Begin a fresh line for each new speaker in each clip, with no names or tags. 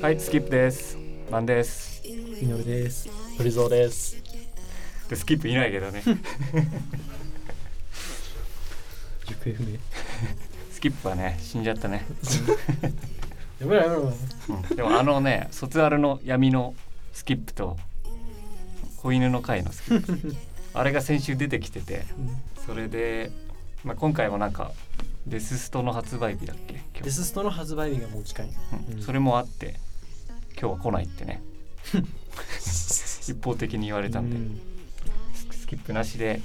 はいスキップですマンです
みのるです。
プリゾーです。
でスキップいないけどね
行方不明。
スキップはね死んじゃったね、
やめろやめろ。
うんでもあのね卒アルの闇のスキップと子犬の会のスキップあれが先週出てきててそれで、まあ、今回もなんかデスストの発売日だっけ今日、
デスストの発売日がもう近い。
うん
うん
それもあって今日は来ないってね一方的に言われたんで、ススキップなしで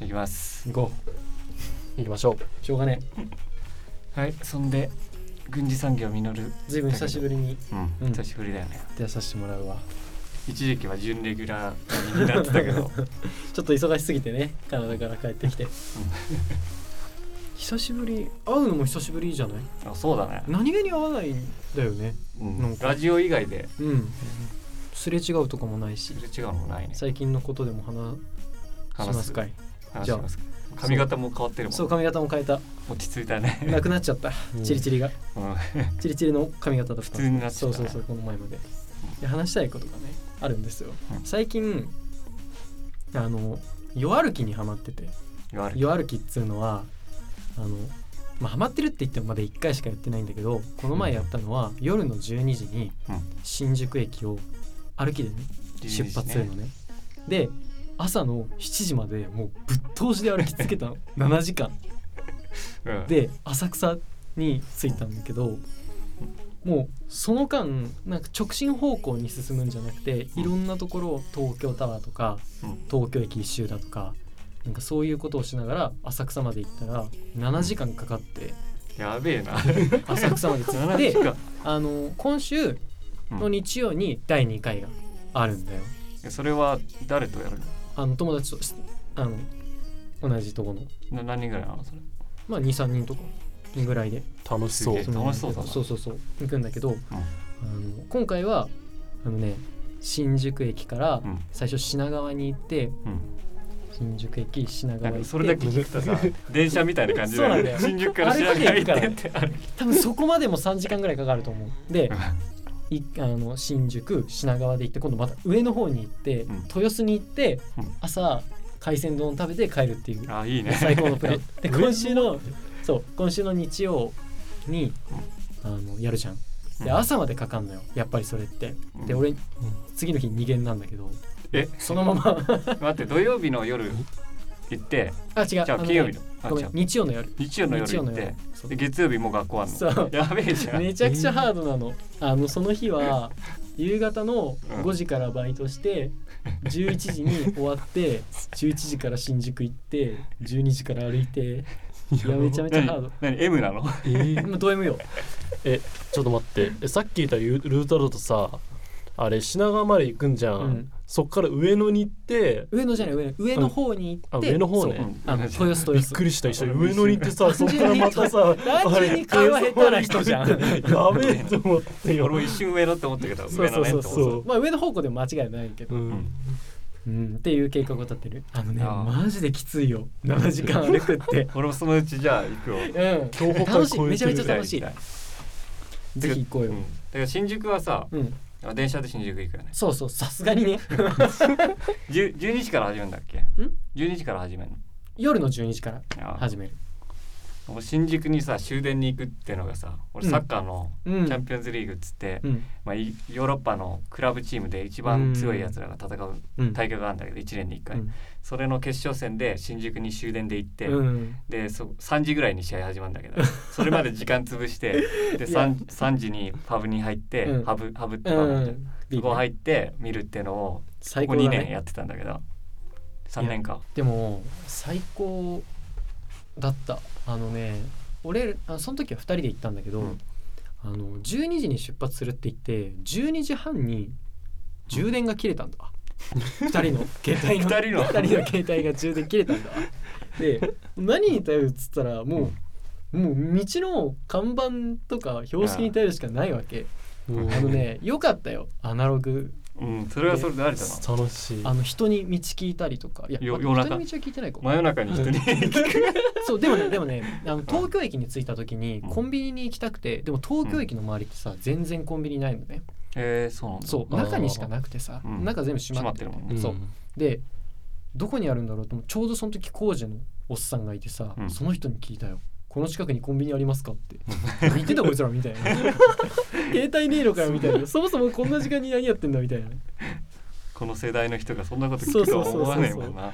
いきます
行こ
行きましょう。
う。しょうがね
はいそんで軍事産業実る
ずいぶん久しぶりに
う
うんん
久しぶりだよね
出させてもらうわ。
一時期は準レギュラーになってたけ ど
ちょっと忙しすぎてね、カナダから帰ってきて。久しぶり、会うのも久しぶりじゃない
あそうだね、
何気に会わないんだよね。
うん
なんか
ラジオ以外で
うん。すれ違うとかもないし
す、れ違うのないね
最近のことでも話しますかい。
話
じ
し
ゃあ
ますか髪型も変わってるもん
そう、髪型も変えた。
落ち着いたね、
なくなっちゃった。チリチリが。
うん、
チリチリの髪型だった。
普通になっち
そ
ゃっ
う
た
そ
ね
うそうこの前までで話したいことがねあるんですよ、
うん
最近あの夜歩きにはまってて
言われる
夜歩きっつうのはあのまあハマってるって言ってもまだ1回しかやってないんだけどこの前やったのは夜の12時に
うん
新宿駅を歩きでね出発するのねで朝の7時までもうぶっ通しで歩き続 けたの7時間
うん、
で浅草に着いたんだけどもうその間なんか直進方向に進むんじゃなくて
うん
いろんなところを東京タワーとか
うん
東京駅一周だとかなんかそういうことをしながら浅草まで行ったら7時間かかって
やべえ な
浅草まで着い
7
て
時間
あの今週の日曜に第2回があるんだよ。
えそれは誰とやる
あの友達としあの同じとこの、
のな何人ぐらいなのそれ
まあ、23人とかぐらいで
楽
しそう
その
楽しそうだな
そうそうそう行くんだけど、あの今回はあのね新宿駅から
うん
最初品川に行って
うん
新宿駅品
な
川
ん
行っ
か
て
それだけ聞くと さ電車みたいな感じ
そうなんだよ
新宿から知ら
歩いて
ない
行くから
ってっ
ね
てあれ
多分そこまでも3時間ぐらいかかると思 うでいあの新宿品川で行って今度また上の方に行って、
うん
豊洲に行って、
うん
朝海鮮丼を食べて帰るっていう
あいいね
最高のプランで今週のそう今週の日曜にあのやるじゃんで朝までかかんのよやっぱりそれってで
うん
俺次の日2限なんだけど
え
その まま
待って土曜日の夜行って
あ違う
じゃあ
のね
金曜日のあ
ごめ
じゃ
ん
あ
日曜の夜
日曜の夜行っ
日
て
そう
で月曜日もう学校あん
そ
の
う
やべえじゃん
めちゃくちゃハードなのあのその日 は夕方の5時からバイトして11時に終わ って11時から新宿行って12時から歩いていやめちゃめちゃハー
何
ド
何 M なの
え ー
もうド M よ
え、ちょっと待って。え、さっき言ったルルートだとさ、あれ品川まで行くんじゃん。
うん
そっから上野に行って、
上野じゃない上野上の方に行
あ、
って、
上の方
そう
ね。
うん
あの豊洲
び
豊
っく
洲
りした一緒に上野に行って さ、そっからまたさ、あ
単純
れ
に会話下手な人じゃん
やべえと思って
俺も
よ。
一瞬上だって思ったけど
そう
上
そ
の
う
ね
そうそ
と
うまあ上の方向でも間違いないけど
う
うんん。
うん、っていう計画を立てるあのね
あー
マジできついよ7時間歩くって
俺もそのうちじゃあ行くよ
うん
競歩
楽しい
会
めちゃめちゃ楽し
行
い
きた行き
ぜひ行こ
た
う
いう
よ
んだから新宿はさ
うん、
あ電車で新宿行くよね
そうそうさすがにね
10 12時から始めるんだっけ12時から始めるの
夜の12時から
あー
始める
もう新宿にさ終電に行くってのがさ俺
うん
サッカーのチ
うん
ャンピオンズリーグっつって、
うん
まあ、いヨーロッパのクラブチームで一番強いやつらが戦う
うん
大会があるんだけど1年に1
う
回、
ん
それの決勝戦で新宿に終電で行って、
うん
でそ3時ぐらいに試合始まるんだけどそれまで時間潰 してで 3, 3時にパブに入って、
うん
ハブハブって
う
パブなんだよ
ん
そこ入って見るってのをこ
最
こ
高だ
2年や
ね
ってたんだけど3年か
でも最高だったあのね俺あその時は2人で行ったんだけど、
うん
あの12時に出発するって言って12時半に充電が切れたんだ、二2人の 携帯の
二人の
二人の携帯が充電切れたんだわで何に頼るっつったらもう、もう道の看板とか標識に頼るしかないわけ、
うん
あのね良かったよアナログ
うんそれはそれでありだな
楽しい
あの人に道聞いたりとかいや
よ
ま
夜
あ
中
人に道は聞いてないか
真夜中に人に
そうでもねでもねあの東京駅に着いた時に
うん
コンビニに行きたくてでも東京駅の周りってさ全然コンビニないのね
えー、そうなんだ
そう
あー
中にしかなくてさ
うん
中全部閉まってる
閉まってるもん
うん
そうでどこにあるんだろうと思ってちょうどその時工事のおっさんがいてさ、
うん
その人に聞いたよこの近くにコンビニありますかって言ってたこいつら みたいな携帯ねえのかよみたいなそもそもこんな時間に何やってんだみたいな
この世代の人がそんなこと聞くとは思わねえもんな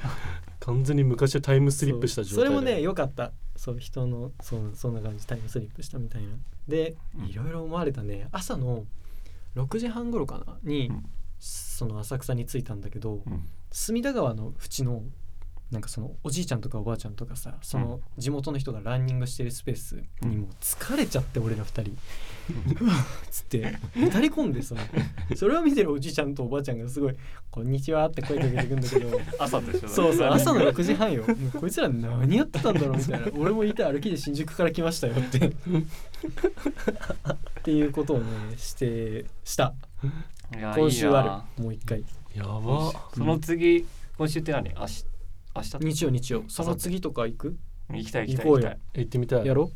完全に昔はタイムスリップした状態
そうそれもね
よ
良かったそう人のそうそんな感じタイムスリップしたみたいなで
うん
いろいろ思われたね朝の6時半頃かなに、
うん
その浅草に着いたんだけど、
うん
隅田川の縁のなんかそのおじいちゃんとかおばあちゃんとかさその地元の人がランニングしてるスペースにもう疲れちゃって俺ら二人うわっ つってへたり込んでさそれを見てるおじいちゃんとおばあちゃんがすごい「こんにちは」って声かけてくんだけど
朝でしょ
そうそう
だって
朝の6時半よもうこいつら何やってたんだろうみたいな俺もいて歩きで新宿から来ましたよ ってっていうことをねしてした
いや
今週
いい
あ
な
るもう一回
やば
その次今週って何明日明日
日曜日曜その次とか行く
行きたい行きたい
行
行
こう
き
よ
たい
行ってみたい
やろ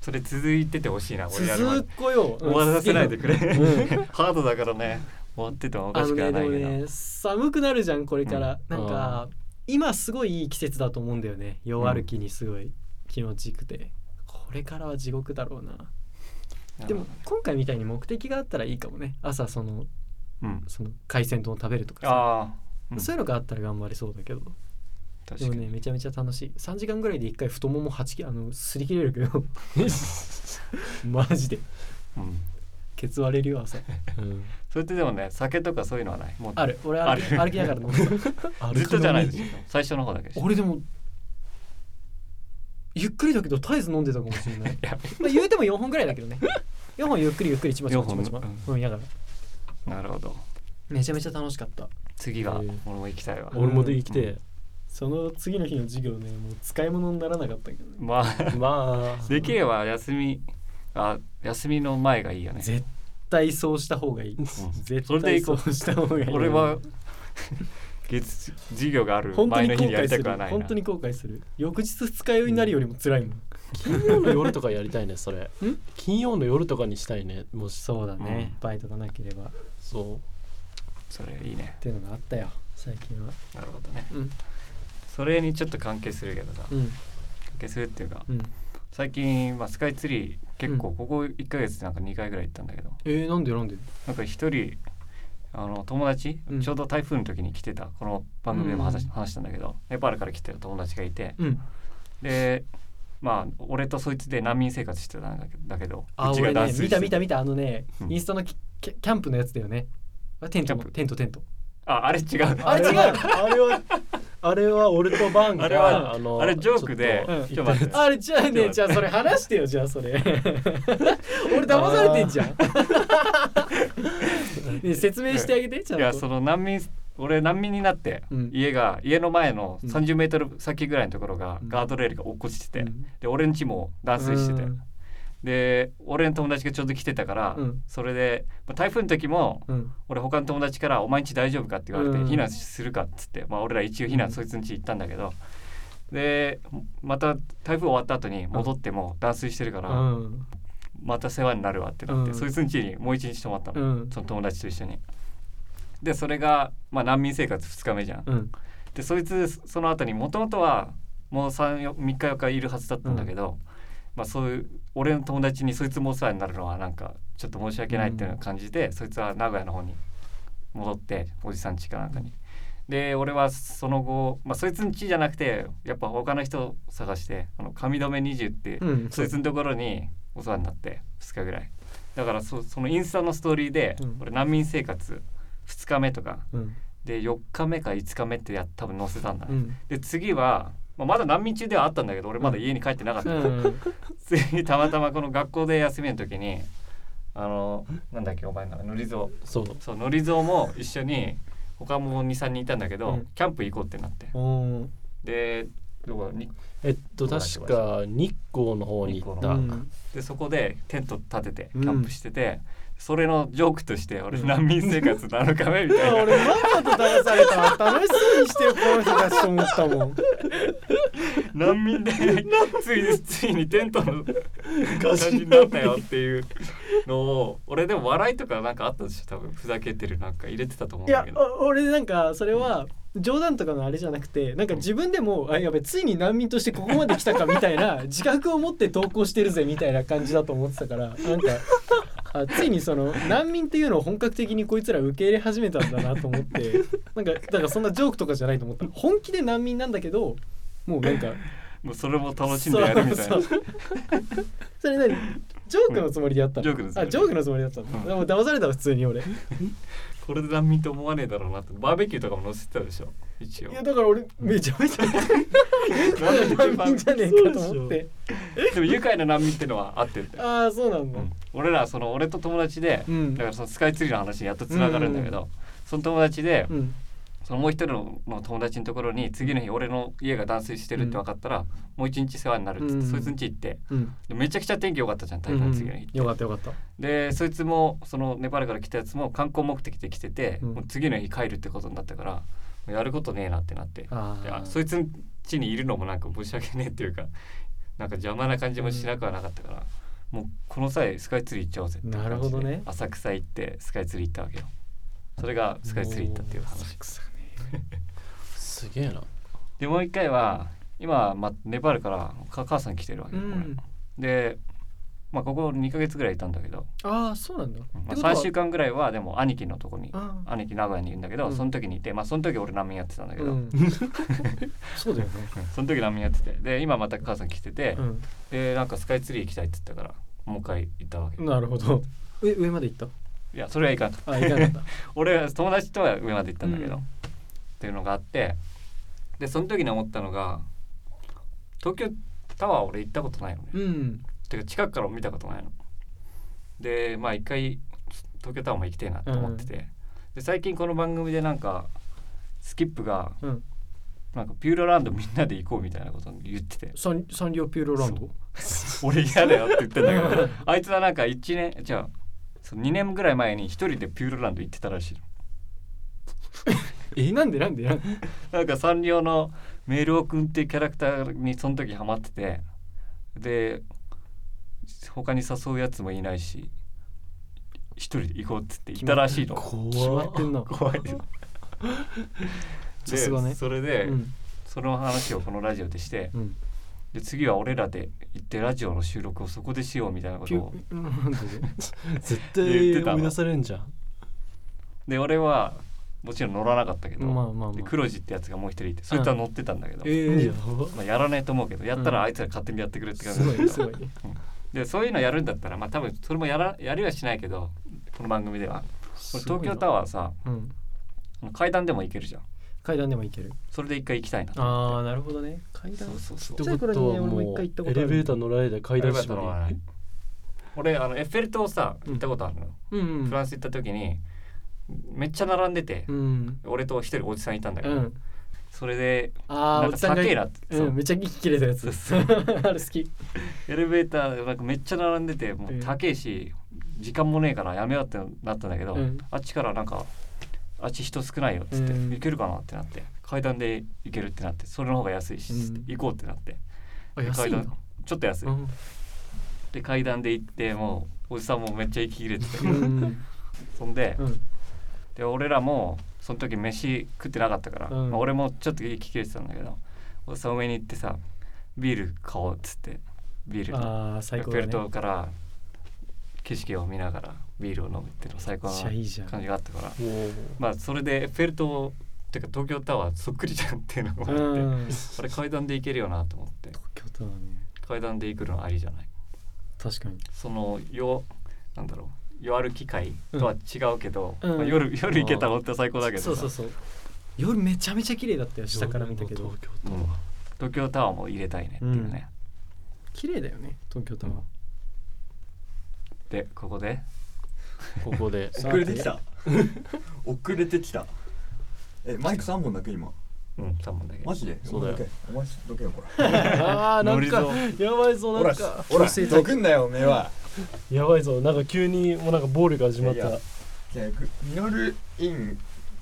それ続いててほしいな俺やるまで
続こよ
終わらせないでくれ、
う
ハードだからね終わっててもお
あ
か
の
しくは
ね
な
で
い
も
けど、
ね寒くなるじゃんこれから、
うん
なん
あ
か今すごいいい季節だと思うんだよね夜歩きにすごい気持ちよくて、これからは地獄だろうなでも今回みたいに目的があったらいいかもね朝その
うん
その海鮮丼食べるとかさ
ああ、うん
そういうのがあったら頑張れそうだけど
確
で
か
も
に
ねめちゃめちゃ楽しい3時間ぐらいで1回太ももはちきあの擦り切れるけど マジで
うん
ケツ割れるよ朝
うん
それってでもね酒とかそういうのはないもう
ある俺歩き
あ
歩
る
きながら飲んで た
ずっとじゃないです
歩くの
よ最初の方だけでしょ
俺でもゆっくりだけど絶えず飲んでたかもしれない
や
まあ言うても4本ぐらいだけ どね4本ゆっくりゆっくりちまちまちまちま
四本
飲みながら
なるほど
めちゃめちゃ楽しかった
次が
えー
俺も行きたいわ
に俺もできて
その次の日の授業ねもう使い物にならなかったけどね
まあ
まあ
できれば休みあ休みの前がいいよね
絶対そうした方がいい絶
それで
対
いこ
そううした方がいい
俺は 月授業がある
本当
前
に
の
後
日にや
悔
り
す
た
る
くはないな
本当に後悔する翌日二日酔いになるよりも辛いもん、
金曜の夜とかやりたいねそれ
ん
金曜の夜とかにしたいねもし
そうだね、
うん
バイトがなければっ
そ
それいいね
ていうのがあったよ最近は
なるほどね
うん
それにちょっと関係するけどさ関
うん
係するっていうか
うん
最近、まあ、スカイツリー結
う
構ここ1ヶ月でなんか2回ぐらい行ったんだけど
えー、なんでなんで
なんか一人あの友達、
うん
ちょうど台風の時に来てたこの番組でも話,、
うん
話したんだけどネパールから来てる友達がいて
うん
でまあ俺とそいつで難民生活してたんだけどだけど
あ
うちが
俺
断
ね
水
見
して
た見た見たあのね、
うん
インスタのキキャキャンプのやつだよねあテントも
キャンプ
テントテント
ああれ違う
あれ違う
あれはあれは俺とバンが
あれは
あの
あれジョークで
ち
ちょ
ょっと
っと待って
あれじゃあねじゃ あそれ話してよじゃあそれ 俺騙されてん じゃんね説明してあげてちゃ
い
んと
やその難民俺難民になって、
うん
家が家の前の
うん
3 0ル先ぐらいのところが
うん
ガードレールが落っこちてて、
うん
で俺ん家も断水してて、
うん
で俺の友達がちょうど来てたから、
うん
それでまあ台風の時も
うん
俺他の友達から「お前ん家大丈夫か?」って言われて「
うん
避難するか」っつって、まあ、俺ら一応避
う
難
ん
そいつん家行ったんだけどでまた台風終わった後に戻っても断水してるから、
うん
また世話になるわってなって、
うん
そいつん家にもう一日泊まったの、
うん
その友達と一緒に。でそれが、まあ、難民生活2日目じゃん。
うん
でそいつその後にもともとはもう 3, 3日4日いるはずだったんだけど、まあそういう俺の友達にそいつもお世話になるのはなんかちょっと申し訳ないっていうような感じで、そいつは名古屋の方に戻っておじさん家かなんかに。で俺はその後、まあ、そいつん家じゃなくてやっぱ他の人を探してあの上留20って、
うん
そいつのところにお世話になって2日ぐらいだからそそのインスタのストーリーで、
うん
俺難民生活2日目とか
うん
で4日目か5日目ってや多分載せたんだね、
うん
で次は、まあ、まだ難民中ではあったんだけど俺まだ家に帰ってなかった、
うん
次にたまたまこの学校で休みの時にあのなんだっけお前の名前のりぞ
そう
うそうのりぞうも一緒に他も23人いたんだけど、
うん
キャンプ行こうってなって
おー
でどこに
えっと確か日光の方に行った
あ
うん
でそこでテント立ててキャンプしてて、それのジョークとして俺
うん
難民生活なのかめみたいな
俺ママと騙されたわ楽しそうにしてるこの人たちと思ったもん
難民でついについにテントの感
ガ
じになったよっていうのを俺でも笑いとかなんかあったでしょ多分ふざけてるなんか入れてたと思うん
い
だ
や
けど
お俺なんかそれは冗談とかのあれじゃなくてなんか自分でもあやべついに難民としてここまで来たかみたい な自覚を持って投稿してるぜみたいな感じだと思ってたからなんかあついにその難民っていうのを本格的にこいつら受け入れ始めたんだなと思ってなんかだからそんなジョークとかじゃないと思った本気で難民なんだけどもうなんか
もうそれも楽しんでやるみたいな
そうそうそれ何ジョークのつもりでやったの、
うんジョークのつもり
あジョークのつもりだったの、
うん
でも騙されたわ普通に俺
これで難民と思わねえだろうなってバーベキューとかも載せてたでしょ一応
いやだから俺めちゃめちゃ
なんで
難民じゃねえかと思って
でも愉快な難民ってのはあってんだよ
ああそうなんだ
うん俺らその俺と友達で、
うん
だからそのスカイツリーの話にやっとつながるんだけど、その友達で、
うん
そのもう一人の友達のところに次の日俺の家が断水してるって分かったら、もう一日世話になるっつって、
うん
そいつん家行って
うん
でめちゃくちゃ天気良かったじゃん台風の次の日って、
よかったよかった
でそいつもそのネパールから来たやつも観光目的で来てて、
うん
もう次の日帰るってことになったからもうやることねえなってなって
あ
いや
あ
そいつん家にいるのもなんか申し訳ねえっていうかなんか邪魔な感じもしなくはなかったから、もうこの際スカイツリー行っちゃおうぜっていう感じで
なるほどね
浅草行ってスカイツリー行ったわけよそれがスカイツリー行ったっていう話
すげえな
でもう一回は今、ま、ネパールからか母さん来てるわけ
う
よ、俺
ん
で、まあ、ここ2ヶ月ぐらいいたんだけど、
ああそうなんだ
まあ、
ってことは
3週間ぐらいはでも兄貴のとこに
ああ
兄貴名古屋にいるんだけど、
うん
その時にいてまあその時俺難民やってたんだけ
う
ど、
んそうだよね
その時難民やっててで今また母さん来てて、
う
でなんかスカイツリー行きたいって言ったからもう一回行ったわけ、い
んなるほど上上まで行った
やそれはいかん
あ行かなかっ
俺は友達とは上まで行ったんだけど、
うん
っていうのがあってでその時に思ったのが東京タワー俺行ったことないのね、
たうん
てか近くからも見たことないのでまあ一回東京タワーも行きたいなと思ってて、で最近この番組でなんかスキップが
うん
なんかピューロランドみんなで行こうみたいなこと言ってて
サンサンリオピューロランド
俺嫌だよって言ってんだけどあいつはなんか1年じゃあその2年ぐらい前に一人でピューロランド行ってたらしいの
えなんでなんでなんで
なんかサンリオのメールオくんっていうキャラクターにその時ハマっててで他に誘うやつもいないし一人で行こうっつって行ったらしいの
決ま
怖
ってんな
怖いで
さすがね
それで、
うん
その話をこのラジオでして
うん
で次は俺らで行ってラジオの収録をそこでしようみたいなこ
ピ
と
ュ
を
う んなんで
絶
言って
対
たわ
思い出されるんじゃん
で俺はもちろん乗らなかったけど、
まあまあまあ
で黒字ってやつがもう一人いてそいつは乗ってたんだけど、
え
や
ー
ば
まあ、やらないと思うけどやった
う
ら
ん
あいつら勝手にやってくれって感じ
すごいすごい
でそういうのやるんだったらまあ多分それもやらやりはしないけどこの番組ではこれ東京タ
ワ
ワーさ
ーうん
あの階段でも行けるじゃん
階段でも行ける
それで一回行きたいなと
あ
思
あなるほどね階
って
段
そうそうそう
ってことはもうエレベーター乗られた階段
あれは
ま
やったのは俺あのエッフェル塔さ
うん
行ったことあるの、
うんうん
フランス行った時にめっちゃ並んでて、
うん
俺と一人おじさんいたんだけ
う
ど、
ん
それで
あ
な
あ
ん
お
か
じさん
高
が
えなって、
う
そ
ん
う
めっちゃ息切れたやつ
そう
あれ好き
エレベーターなんかめっちゃ並んでてもう高えし、時間もねえからやめようってなったんだけど、
うん
あっちからなんかあっち人少ないよっつって、
うん
行けるかなってなって階段で行けるってなってそれの方が安いし、
うん
行こうってなって
あ安い
階
な
段ちょっと安い、
うん
で階段で行ってもうおじさんもめっちゃ息切れてたけ
う
ど
ん
そんで,、
うん
で俺らもその時飯食ってなかったから、
うん
まあ俺もちょっと息切れてたんだけどおじさん上に行ってさビール買おうっつってビール
ああ最
エッ
高
フェル
だね
塔から景色を見ながらビールを飲むっていうの最高な
じゃあいいじゃん
感じがあったから
もう
まあそれでエッフェル塔っていうか東京タワーそっくりじゃんっていうのも
う
あって
ん東
あれ階段で行けるよなと思って
京タワーね
階段で行くのありじゃない
確かに
そのよなんだろう夜歩き会とは違うけど、
うん
まあ、夜夜行けたら本当は最高だけどさ
そうそうそう夜めちゃめちゃ綺麗だったよ下から見たけど
東京
う
タワ
ん東京タワーも入れたいねっていうね、
綺麗だよね東京タワー
でここで
ーこ こで
さ
遅れてきた 遅れてきたえマイク三本だけ今
うん3本だけ
マジで
そうだよ
お前どけよこら
あーな
ノリ
んか
ゾ
やばいぞ
ほ
な
ら
んか
ほら
女性
どくんだよおめえは
やばいぞなんか急にもうなんか暴力始まっ
いやい
た
やじゃあぐミノルイン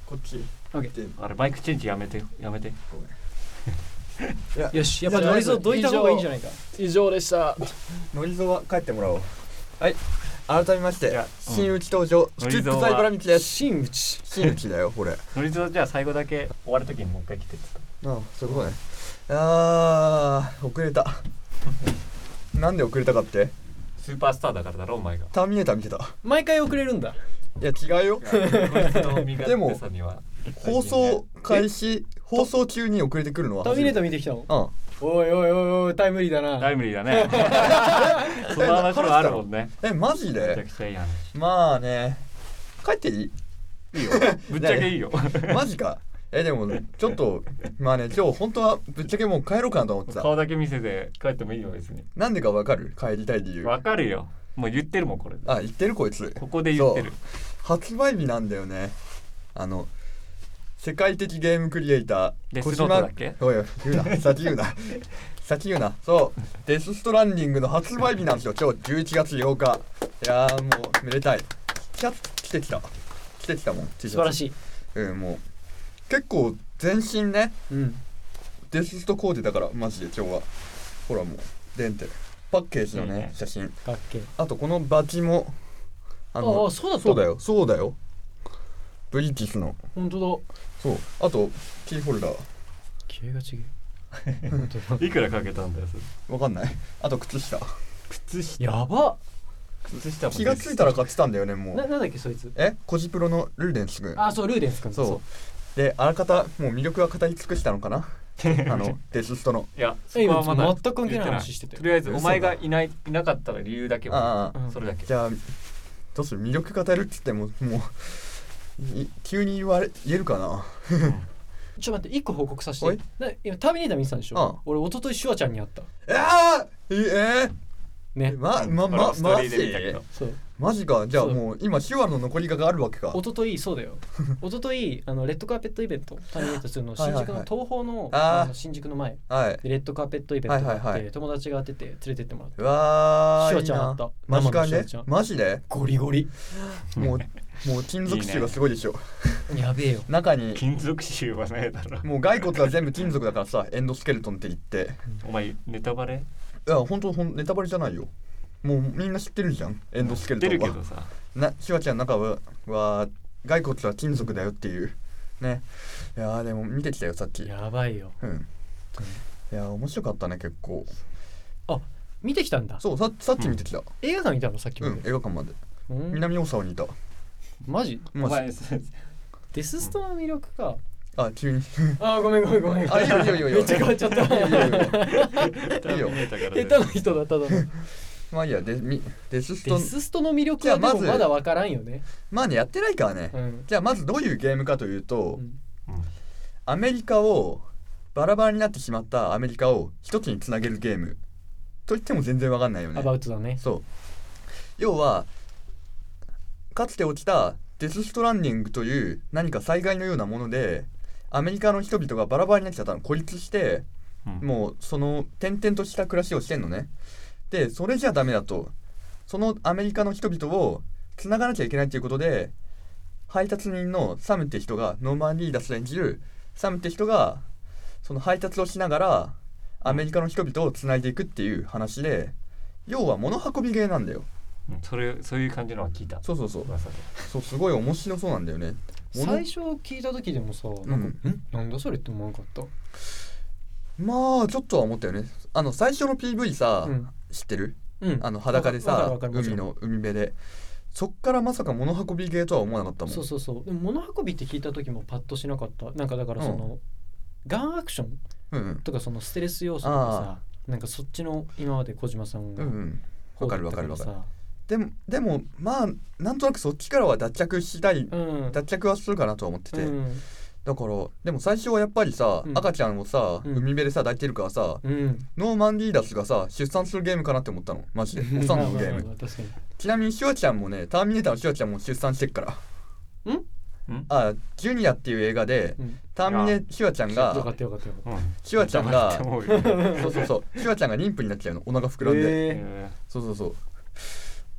こっち
オッケ
って
あれマイクチェンジやめてよやめて
ごめんいや
ーよしやっぱ
いや
ノイズを
じゃあ
どいた方がいいんじゃないか
以上でした
ノリゾは帰ってもらおうはい改めまして
いやうん
新内登場ス
ノ
キ
リ
ップ
ゾは
サイバラ道です
真打ち
新内だよこれ
ノリズはじゃあ最後だけ終わる時にもう一回来てって
ああそういうことねあー遅 れたなんで遅れたかって
スーパースターだからだろお 前が
ターミネーター見てた
毎回遅れるんだ
いや違うよ
でも
放送開始放送中に遅れてくるのは
ターミネーター見てきたの
うん
おいおいおいおいタイムリーだな
タイムリーだ ねその話もあるもんね
えマジ
めちゃ
で
くちゃいい話
まあね帰っていい
いいよぶっちゃけいい よ
マジ かえでもねちょっとまあね今日本当はぶっちゃけもう帰ろうかなと思ってた
顔だけ見せて帰ってもいいよ別に
なんでかわかる帰りたい理由
わかるよもう言ってるもんこれ
あ言ってるこいつ
ここで言ってる
発売日なんだよねあの世界的ゲームクリエイター
デスノートだっけ
おいおい言うな 先言うな先言うなそうデスストランディングの発売日なんですよ今日11月8日いやーもうめでたいキャッ来てきた来てきたもん T シャツ
素晴らしい
うんもう結構全身ね
うん
デスストコーデだからマジで今日はほらもうでんてパッケージの
いい
ね
ね
写真
かっけ
あとこのバチもあの
ああそうだった
そうだよそうだよブリティスの
本当だ
そうあとキーホルダー
気合が違
いくらかけたんだよそれ
わかんない あと 靴下
靴下
え やば
靴下も
気がついたら買ってたんだよねも
な
う
なんだっけそいつ
えコジプロのルーデンス君
あそうルーデンス君
そうであらかたもう魅力は語り尽くしたの かなあのデスストの
いやそ
え
こ
今
はまだ
全く関係ない話してた
と
よ
りあえずお前がいないいなかったら理由だけ
あ
は
あ
ああ
それだけ
じゃあどうする魅力語るっつってももうい急に言われ言えるかな
ちょっと待って一個報告させ
お
て
い
な今ターミネーター見てたんでしょ
ああ
俺一昨日シュワちゃんに会った
ああえー、
ね
まま
俺
ま
はストー
マ
リーで見たけ
ジ
ど
そう
マジかじゃあ
そう
もう今手話の残りがあるわけか
一昨日そうだ よ一昨日あのレッドカーペットイベントターミネートするの
はい
新
はいはい
宿の東宝の
あー
あの新宿の前
はい
でレッドカーペットイベントがあって、
はいはいはい
友達が当てて連れてってもらった
うわー
シュワちゃん
いいな
あった
マジ
生の
か
シュ
ね
ワちゃん
マジで
ゴリゴリ
もうもう金属臭がすごいでしょ
やべえよ
中に
金属臭はないだろ
もう骸骨は全部金属だからさエンドスケルトンって言って
お前ネタバレ
いや本当ほんネタバレじゃないよもうみんな知ってるじゃんエンドスケルト
出る
ン
け
は
ど さ
なシュワちゃんの中はは骸骨は金属だよっていうねいやーでも見てきたよさっき
やばいよ
うんいやー面白かったね結構
見てきたんだ
そうささっき見てきた
映画館にいたのさっき
う
ま
ん映
で、
画館まで
うん
南大沢にいた
マジ
お
まあ
前そう
デスストの魅力か
あ 急に
あーごめんごめんごめん
あいいよいいよいいよ
めっちゃ変わっちゃった
いやいやいや
ターミネーターから
下手
出
な
た
人だっただろ
まあいいやデみデスス
デ
ト
スストの魅力はで
じゃあ
も
まず
まだわからんよね
まあねやってないからね、
うん
じゃあまずどういうゲームかというと、
うん
アメリカをバラバラになってしまったアメリカを一つにつなげるゲームと言っても全然わかんないよね
アバウトだね
そう要はかつて起きたデス・ストランディングという何か災害のようなものでアメリカの人々がバラバラになっちゃったの孤立して
うん
もうその転々とした暮らしをしてんのねでそれじゃダメだとそのアメリカの人々を繋がなきゃいけないということで配達人のサムって人がノーマン・リーダス演じるサムって人がその配達をしながらアメリカの人々を繋いでいくっていう話で要は物運びゲーなんだよ
うんそれそういう感じのは聞いた
そうそうそう
噂で
そうすごい面白そうなんだよね物
最初聞いた時でもさなんか、ん、なんだそれって思わなかった
まあちょっとは思ったよねあの最初の PV さ、
うん
知ってる
うん
あの裸で
わかる
さ
わかるもちろ
海
ん
の海辺でそっからまさか物運びゲーとは思わなかったもん
そうそうそうでも物運びって聞いた時もパッとしなかったなんかだからその、ガンアクション
うんうん
とかそのステレス要素とかさなんかそっちの今まで小島さん
う
が
んうんわかるわかるわかる
る
でもでもまあなんとなくそっちからは脱着したい
うん
脱着はするかなとは思ってて、
うん
だからでも最初はやっぱりさ、
うん
赤ちゃんをさ
うん
海辺でさ抱いてるからさ、
うん
ノーマンリーダスがさ出産するゲームかなって思ったのマジで お産のゲー
まあ
ム
まあまあ確かに
ちなみにシュワちゃんもねターミネーターのシュワちゃんも出産してっから
んん
あジュニアっていう映画で
うん
ターミネシュワちゃん
よか
が
ったよかったよかっ
うん
シュワちゃんが
黙 って思うよ
そうそうそうシュワちゃんが妊婦になっちゃうのお腹膨
た
らんで、
え
え
そうそうそう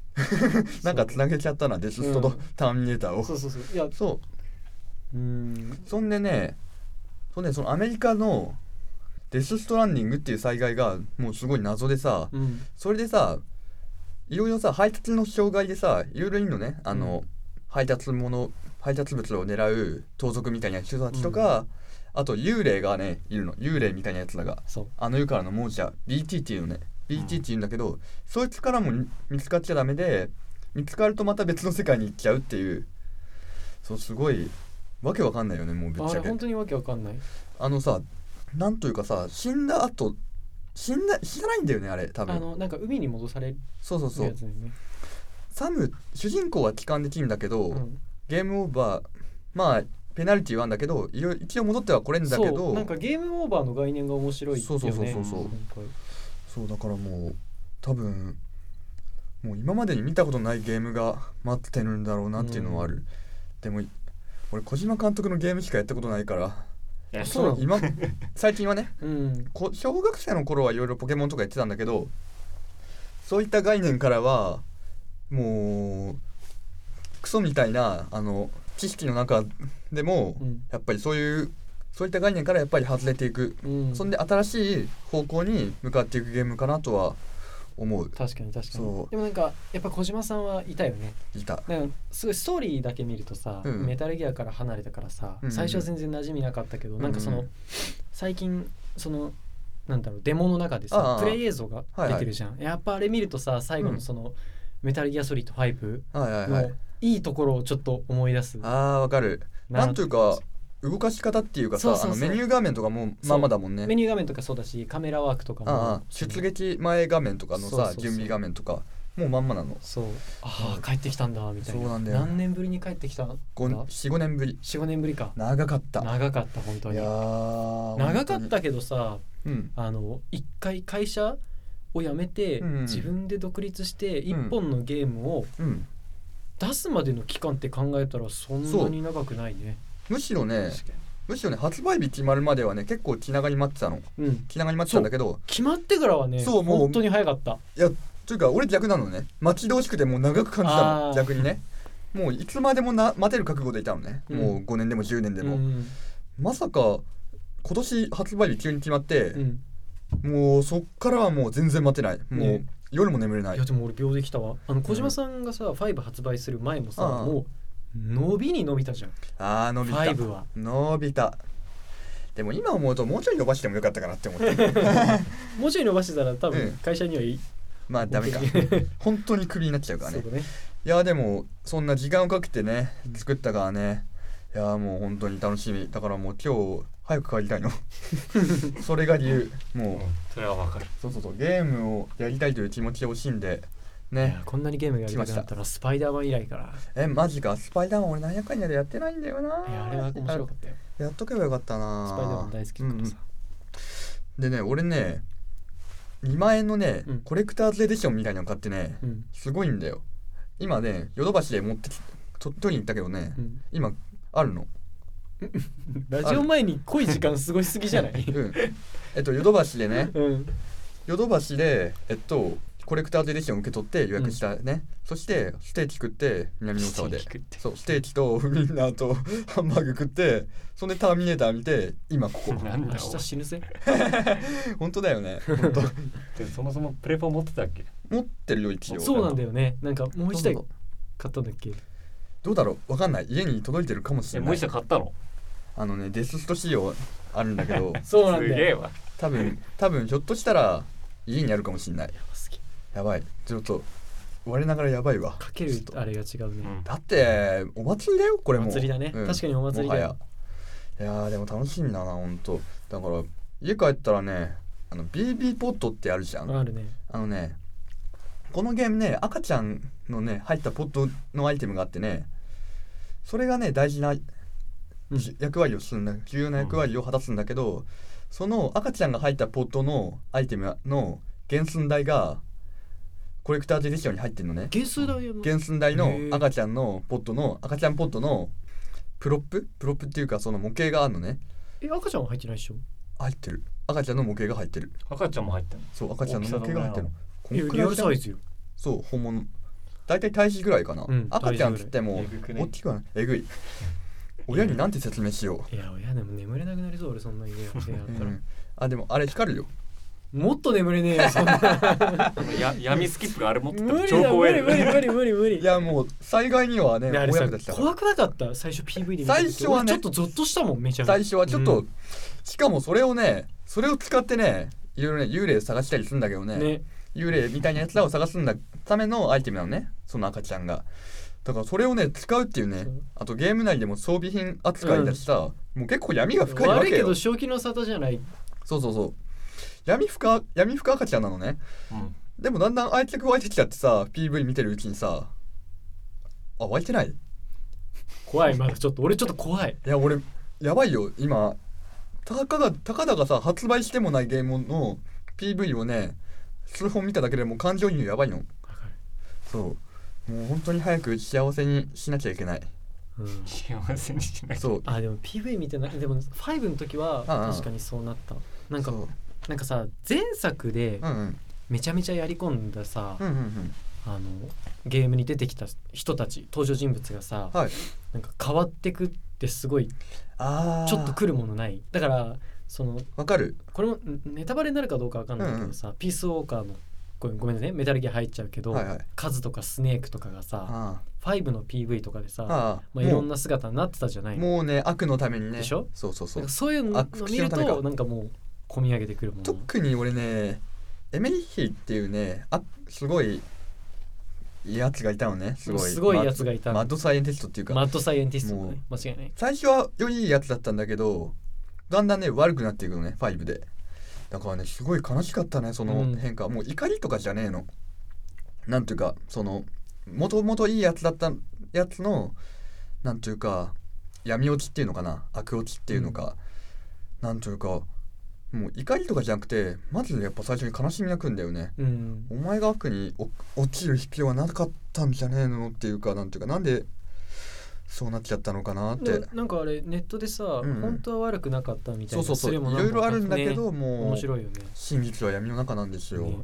なんかつなげちゃったなデススト
う
と
ん
ターミネーターを、
そうそうそういや
そう
うん
そんでねそんでそのアメリカのデス・ストランディングっていう災害がもうすごい謎でさ
うん
それでさいろいろさ配達の障害でさいろいろいるのねあの、配達物配達物を狙う盗賊みたいな人たちとか、あと幽霊がねいるの幽霊みたいなやつらが
そう
あの世からの亡者 BT っていうのね BT って言うんだけど、そいつからも見つかっちゃダメで見つかるとまた別の世界に行っちゃうっていうそうすごいわけわかんないよねもうぶっ
あ
ちゃ
れ
け
本当にわけわかんない
あのさなんというかさ死んだ後死んだ死なないんだよねあれ多
あ
分
のなんか海に戻される
そうそうそう、
やつだよね
サム主人公は帰還できるんだけど、
うん
ゲームオーバーまあペナルティーはあるんだけどいろいろ一応戻ってはこれんだけど
そうなんかゲームオーバーの概念が面白いって
そ
よ
う
ね
そうそうそうそう、
今回
そうだからもう多分もう今までに見たことないゲームが待ってるんだろうなっていうのはある、でも俺小島監督のゲームしかやったことないから
え
そうなの
今最近はね
うん
こ小学生の頃はいろいろポケモンとかやってたんだけどそういった概念からはもうクソみたいなあの知識の中でも、
うん
やっぱりそういうそういった概念からやっぱり外れていく、
うん
そんで新しい方向に向かっていくゲームかなとは思う
確かに確かに
そう
でもなんかやっぱ小島さんはいたよね
いた
なんかすごいストーリーだけ見るとさ、
うん
メタルギアから離れたからさ、
うん
最初は全然馴染みなかったけど、
うん
なんかその最近そのなんだろうデモの中で
あ
さ
あ
プレイ映像が出てるじゃん、やっぱあれ見るとさ最後
う
の
ん
その、メタルギアソリッド5
はいはいは
の
い
いいところをちょっと思い出す
あーわかる
な
なんというか動かし方っていうかさ
そうそうそう
あのメニュー画面とかもまあまだもんね
メニュー画面とかそうだしカメラワークとかも
ああ
その
出撃前画面とかのさ
そうそうそう
準備画面とかもうまんまなの
そうああ帰ってきたんだみたいな
そうなんだよ
何年ぶりに帰ってきたんだ
45年ぶり
45年ぶりか
長かった
長かった本当
い
に
やー
長かっ
本当に
たけどさ
うん
あの一回会社を辞めて、
うん
自分で独立して一
うん
本のゲームを
うん
出すまでの期間って考えたらそん
そ
な
う
に長くないね。
むしろね
確か
むしろね発売日決まるまではね結構気長に待ってたの
うん、
気長に待ってたんだけど
決まってからはね
そうもう
本当に早かった。
というか俺逆なのね待ち遠しくてもう長く感じた
あ
の
ー
逆にねもういつまでもな待てる覚悟でいたのね、
うん
もう5年でも10年でも、
うん
まさか今年発売日急に決まって
う、ん
もうそっからはもう全然待てないもう、
ね
夜も眠れないい
やでも俺秒できたわあの小島さんがさ、5発売する前もさ
ああ
もう伸びに伸びたじゃん
あー伸びた
5は
伸びたでも今思うともうちょい伸ばしてもよかったかなって思 って
もうちょい伸ばしてたら多
う
分
ん
会社にはいい、
まあダ メか
本当に
本当にクビになっちゃうから
そう
ね
だね
いやでもそんな時間をかけてね作ったからねいやもう本当に楽しみだからもう今日早く帰りた いのそれが理由もう、
にそれはわかる
そうそうそうゲームをやりたいという気持ちを惜しんで
い
ね
やこんなにゲームやりたくなったらスパイダーマン以来から
えマジかスパイダーマン俺何やかんやでやってないんだよない
やあれは面白かったよ
やっとけばよかったな
スパイダーマン大好きだからさ、
うんうんでね俺ね2万円のね、
うん
コレクターズエディションみたいなの買ってね
うん
すごいんだよ今ねヨドバシで持ってきと取りに行ったけどね、
うん
今あるの
ラジオ前に濃い時間過ごしすぎじゃない
うんえっとヨドバシでね
うん
ヨドバシでえっとコレクターズエディション受け取って予約したね、そしてステーキ食って南大沢で
ステーキ食って
そうステーキとウインナーとハンバーグ食ってそんでターミネーター見て今ここ
なん
明
だお
日死ぬぜ
本当だよね本当
前そもそもプレフォ持ってたっけ
持ってるよ一応
そうなんだよねなんかもう一台
そうそう
買ったんだっけ
どうだろうわかんない家に届いてるかもし
え
れ
も
な
う
い
一社買ったの
あのねデススト仕様あるんだけ ど
そうなん
す
だ
げえ
よ
わ
多分多分ひょっとしたら家にあるかもしれない
やばすぎ
やばいちょっと我ながらやばいわ
かけるあれが違う
う
ね
ん
だってお祭りだよこれも
お祭りだね確かにお祭りだよ
もはやいやーでも楽しみだなほんとだから家帰ったらねあの BB ポットってあるじゃん
あるね
あのねこのゲームね赤ちゃんのね入ったポットのアイテムがあってねそれがね大事な
うん
じ役割をするんだ重要な役割を果たすんだけど、その赤ちゃんが入ったポットのアイテムの原寸大がコレクターズエディションに入ってるのね
原数だよ
原寸大
へ
の
ー
赤ちゃんのポットの赤ちゃんポットのプロッププロップっていうかその模型があるのね
え赤ちゃんは入ってないでしょ
入ってる赤ちゃんの模型が入ってる
赤ちゃんも入ってんの
そう赤ちゃんの模型が入ってるのこ
いや
んくらい
リアル
じゃん
サイズよ
そう本物大体胎児ぐらいかな、
うん
赤ちゃんっつっても
えぐくね
大きくはないえぐい親になんて説明しよ
いや親でも眠れなくなりそう俺そんな家やってやっ
う、
たら
うんあでもあれ光るよ
もっと眠れねえよそん な
あのや闇スキップがあれ持ってた
無
ら
理
超
だ無
怖え
理
よ
無理
ね
無理無理無理
いやもう災害にはね
ねあれさ
親子でしたから
怖くなかった最初 PV で見た時
最初はね
俺ちょっとゾッとしたもんめちゃめちゃ
最初はちょっと、
う
しかもそれをねそれを使ってねいろいろね幽霊探したりするんだけどね
ね
幽霊みたいなやつらを探すんだためのアイテムなのねその赤ちゃんがだからそれをね使うっていうね
そう
あとゲーム内でも装備品扱いだしさ、もう結構闇が深いわ
悪い
け
け
よ
ど正気の沙汰じゃない
そうそうそう闇深闇深赤ちゃんなのね
うん
でもだんだん愛着湧いてきちゃってさ PV 見てるうちにさあ湧いてない
怖いまだちょっと俺ちょっと怖い
いや俺やばいよ今たかがたかだがさ発売してもないゲームの PV をね数本見ただけでもう感情移入やばいのそうもう本当に早く幸せにしなきゃいけない
うん
幸せにしない
そう
あでも PV 見てないでも5の時は
うんうん
確かにそうなったなんか
そう
なんかさ前作で
うんうん
めちゃめちゃやり込んださ、
うんうんうん
あのゲームに出てきた人たち登場人物がさ、
はい
なんか変わってくってすごい
ああ
ちょっと来るものないだからその
わかる
これもんネタバレになるかどうかわかんないけどさ、ピースウォーカーのごめんごめんねメタルギア入っちゃうけど、
はいはい
カズとかスネークとかがさ
あ
5の PV とかで
あ
さ
ああ
まあ、いろんな姿になってたじゃないの
もうね悪のためにね
でしょ
そうそうそ
なん
う
かそういうの
あ復
見
讐の
る
ためか
となんかもう込み上げてくるもの
特に俺ねエメリッヒっていうねあすごいやつがいたのねすごい
すごいやつがいた
マッドマッドサイエンティストっていうか、
マッドサイエンティスト
も
だ
う
ね間違いない
最初は良いやつだったんだけどだんだんね悪くなっていくのね5でだからねすごい悲しかったね
う
そ
ん
の変化、もう怒りとかじゃねえのなんていうかそのもともといいやつだったやつのなんていうか闇落ちっていうのかな悪落ちっていうのか、なんというかもう怒りとかじゃなくてまずやっぱ最初に悲しみがくんだよね
うん
お前が悪にお落ちる必要はなかったんじゃねえのっていうかなんていうかなんでそうなっちゃったのかなって
でもなんかあれネットでさ、
うんうん
本当は悪くなかったみたい
そ
な
うそうそうい
れもなんか
ろいろあるんだけど、
ね
も
面
う
白いよね
真実は闇の中なんですよ、
ね
いや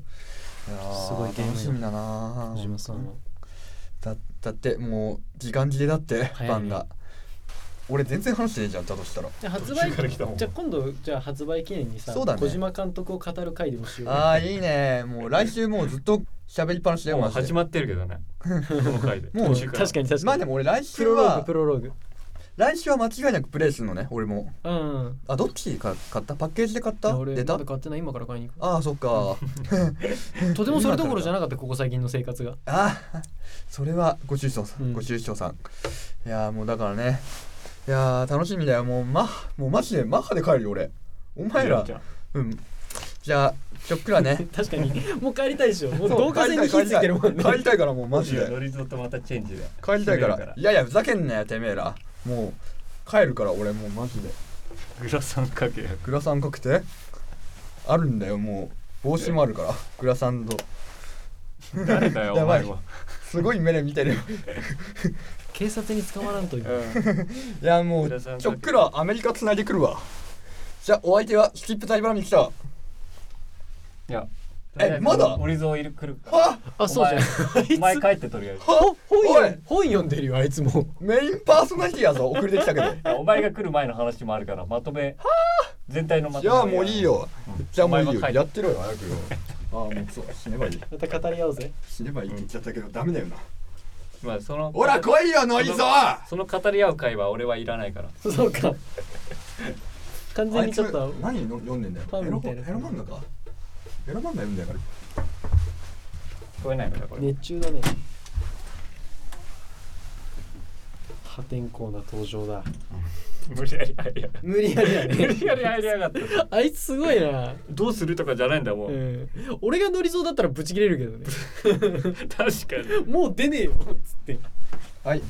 すごいゲー
ー
ムよ
楽しみだな
小島さんは
だだってもう時間切れだって
早いね
番が俺全然話してねえじゃんだとしたら
じゃあ発売
途中から来たもん
じゃあ今度じゃあ発売記念にさ、
そうだね
小島監督を語る回でもしようよ
あーいいねもう来週もうずっと喋りっぱなしだよ
もう
マジ
始
で
まってるけど ねこの回で
もう
途中
確かに確かに
まあでも俺来
プ
週
ロローグ
は
プロローグ
来週は間違いなくプレイするのね俺も
うんうん
あどっちか買ったパッケージで買っ
いや
た
俺
出
ま
た
だ買ってない今から買いに行
ああそっか
くとてもそれどころじゃなかったここ最近の生活が
ああそれはご愁傷さん、
うん
ご愁傷さんいやーもうだからねいやー楽しみだよもうマッハもうマジでマッハで帰るよ俺お前らうんじゃあちょっく らね
確 かにもう帰りたいでしょもう
そう
導火線に火ついてるもんね
帰りたいからもうマ
マ
ジ
ジで
で
ノリゾとまたチェンジで
帰りたい
攻め
から
るから
いやいやふざけんなよてめえらもう帰るから俺もうマジで
グラサンかけ
グラサンかけてあるんだよもう帽子もあるからグラサンド
誰だよお
やばい
前は
すごい目で見てるよ
警察に捕まらんと今
いやも
グラ
う
サンかけ
ちょっくらアメリカつないでくるわじゃあお相手はスキップタイバラミキさん
いや
えまだ
ノリゾいる来るか
は
あそうじゃんあい
お前
つ
帰ってとりあえず
は
本
おい
読ん本読んでるよあいつも
メインパーソナリティやぞ送りてきたけどい
いやお前が来る前の話もあるからまとめ全体のまとめ
やもういいよじゃあもういい
お前は帰
よ
る
やってろよ早くよああもうそう死ねばいい
また語り合おうぜ
死ねばいいって言っちゃったけどダメだよな
まあその
ほら来いよノイゾーあ
その語り合う会は俺はいらないから
そう か完全
い
に
つ
ちょっと
何の読んでんだよ
パン
エロ
み
本
たい
エ
な
ロ漫画かエロ漫画読んだよから
聞こえないからこれ、
熱中だね破天荒な登場だ
無理やり入り やが
無理やりや
無理やり
ね
入りやがった
あいつすごいな、
どうするとかじゃないんだもう、
うん、俺が乗りそうだったらブチ切れるけどね
確かに
もう出ねえよつって
はい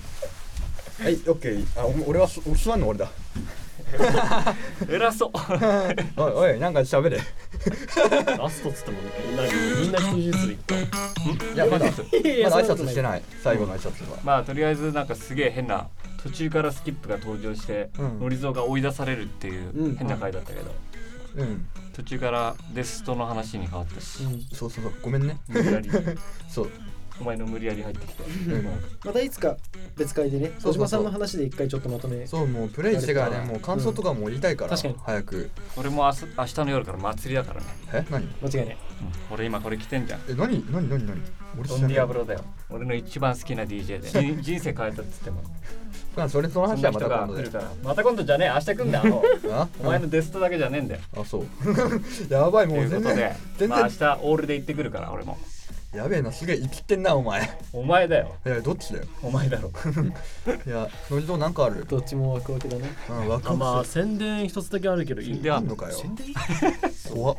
はいオッケーあお俺はすお座んの俺だ
偉そう
おいおいなんか喋れ
ラストっつっても何みんな一人ずつで行った
いやまだま
いやいや
だ挨
そんなこと
拶
ない
してない最後の挨拶は
まあとりあえずなんかすげえ変な途中からスキップが登場して、
うん
ノリゾーが追い出されるっていううん変な回だったけど、
うん
途中からデストの話に変わったし、
そうそうそうごめんね
無理やり
そう
お前の無理やり入ってきて
またいつか別会でね
そうそうそう
小島さんの話で一回ちょっとまとめ
そうもうプレイしてからねもう感想とかも言いたいから、
うん確かに
早く
俺も明日明日の夜から祭りだからね、
え何
間違いない
うん俺今これ着てんじゃん
え何何何何俺
ド
知
ン
ら
デ
な
ィア
い
ブロだよ俺の一番好きな DJ で人人生変えたっつっても
まあそれその
そん
話
な
はま
人
た
が
今度
来る
で
からまた今度じゃねえ明日来んだよ
あ
お前のデストだけじゃねえんだよ
あそう やばい
と
も
いううこ
全
とで
然全然、
まあ明日オールで行ってくるから俺も
やべえなすげえ生きてんなお前
お前だよ
いやどっちだよ
お前だろ
いやノリゾーなんかある
どっちもワクワクだね
うんワク
あ
ワ
まあ
クす
宣伝一つだけあるけどいい
で
る
は
あんのかよ怖っ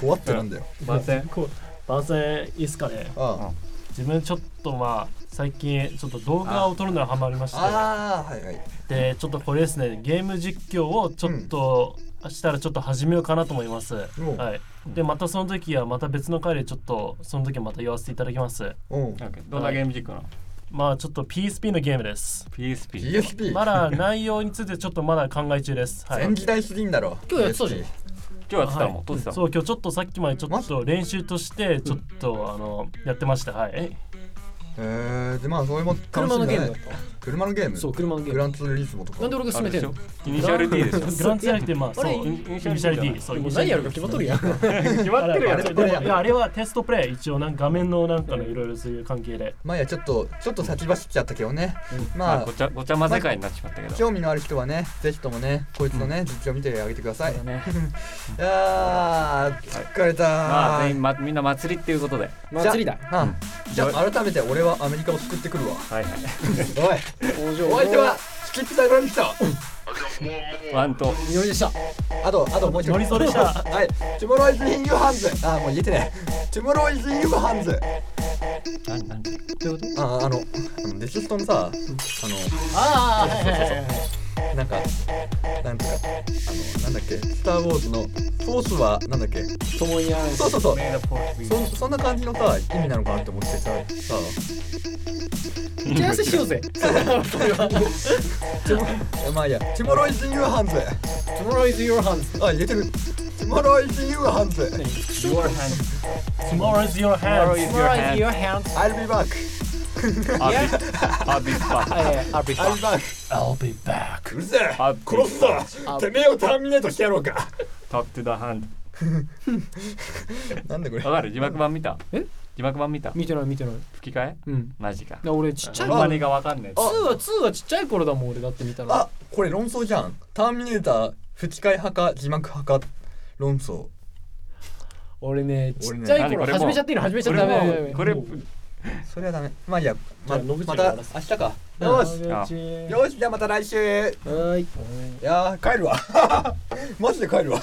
怖ってなんだよ
番 宣
こう番宣いいっすかね
あ
自分ちょっとまあ最近ちょっと動画を撮るのにハマりまして
ああーはいはい
でちょっとこれですねゲーム実況をちょっとしたらちょっと始めようかなと思います、
ん
はいでまたその時はまた別の回でちょっとその時はまた言わせていただきます
うん
どんなゲーム軸なの
まあちょっと PSP のゲームです
PSP
PSP
まだ内容についてちょっとまだ考え中です、はい、
全時代すぎんだろ
今日やってたじゃん
PSP
今日やってたもん撮ってた
そ
もん
う今日ちょっとさっきまでちょ
マ
っと練習としてちょっとあのやってましたはい
えー、でまあそれも楽し
車
い
の
ん
ゲ
じ
ー
ゃな
ム
い
だっ
車のゲーム
たそう車のゲー
グ
ム
ランツーリスモとか
なんで俺が
あ
勧
れで
めてん
しょイ
の
ニシャル D でしょ
グランツーアクティブまあそう
あれ
イニ
イニ
シ
シャル D
ャル
じゃ
D
ん
そうイ
も
ニ
う
シャル
何
D
やるか決まっとるやん
決まってるや
あ
ん
れ
でもいやあれはテストプレイ一応なんか画面のなんかのいろいろそういう関係で
まあいやちょっとちょっと先走っちゃったけどね、
ま
ま
あ
あ
ごちゃごちゃ混ぜ会になっちまったけど
興味のある人はねぜひともねこいつのね実況見てあげてください、い
ね
やー疲れた
まあ全員まみんな祭りっていうことで
祭りだ
じゃあじゃあ改めて俺はアメリカを救ってくるわ
はいは
お
工
いお相手はスキップ大村に来た
いワンと
みのりでした
あとあともう一人
ノリソでした
はい「トゥモローイズ・イン・ユー・ハンズ」あーもう言えてね「トゥモローイズ・イン・ユー・ハンズ」
なんなんて
あーあのあのデシストのさあの
ああはいはいはいはい
なんか、なんとか、あの、なんだっけ、スター・ウォーズの、フォースは、なんだっけ、
ともにやん
そうそうそう、
メイドフォース
そそんな感じのさ、意味なのかなって思ってさ、 さ、
打ち合わせしようぜ
まあいいや、Tomorrow is in your hands!
Tomorrow is your hands
あ、入れてる。Tomorrow is in your hands!
Your hand
Tomorrow is your
Tomorrow
hands
is your
is
hand
your hands
I'll be back!
I'll be I'll be back
はいはい I'll be
I'll
back
be back!
I'll be back
うるせえ
I'll be
殺すぞてめえをターミネートしてやろうか
Top to the hand
なんでこれ
わかる字幕版見た
え
字幕版見た
見てない見てない
吹き替え
うん
マジか
だから俺ちっちゃい
あんま
頃
りがわかんねえ
あ
2は2はちっちゃい頃だもん俺だって見たら
あ、これ論争じゃん。ターミネーター、吹き替え派か、字幕派か、論争。
俺ねち
俺ね
っちゃい
何こ
頃
れもう
始めちゃっていいの始めちゃ
こ
っ
れも
ため
うこれ
それはダメ。まあいいや、ま
じゃあ野口が終わ
また
ら
明
せ
日か。
よ
よ
し
し
あ
よ
よし、じゃあまた来週
はーい
いやー帰るわ マジで帰るわ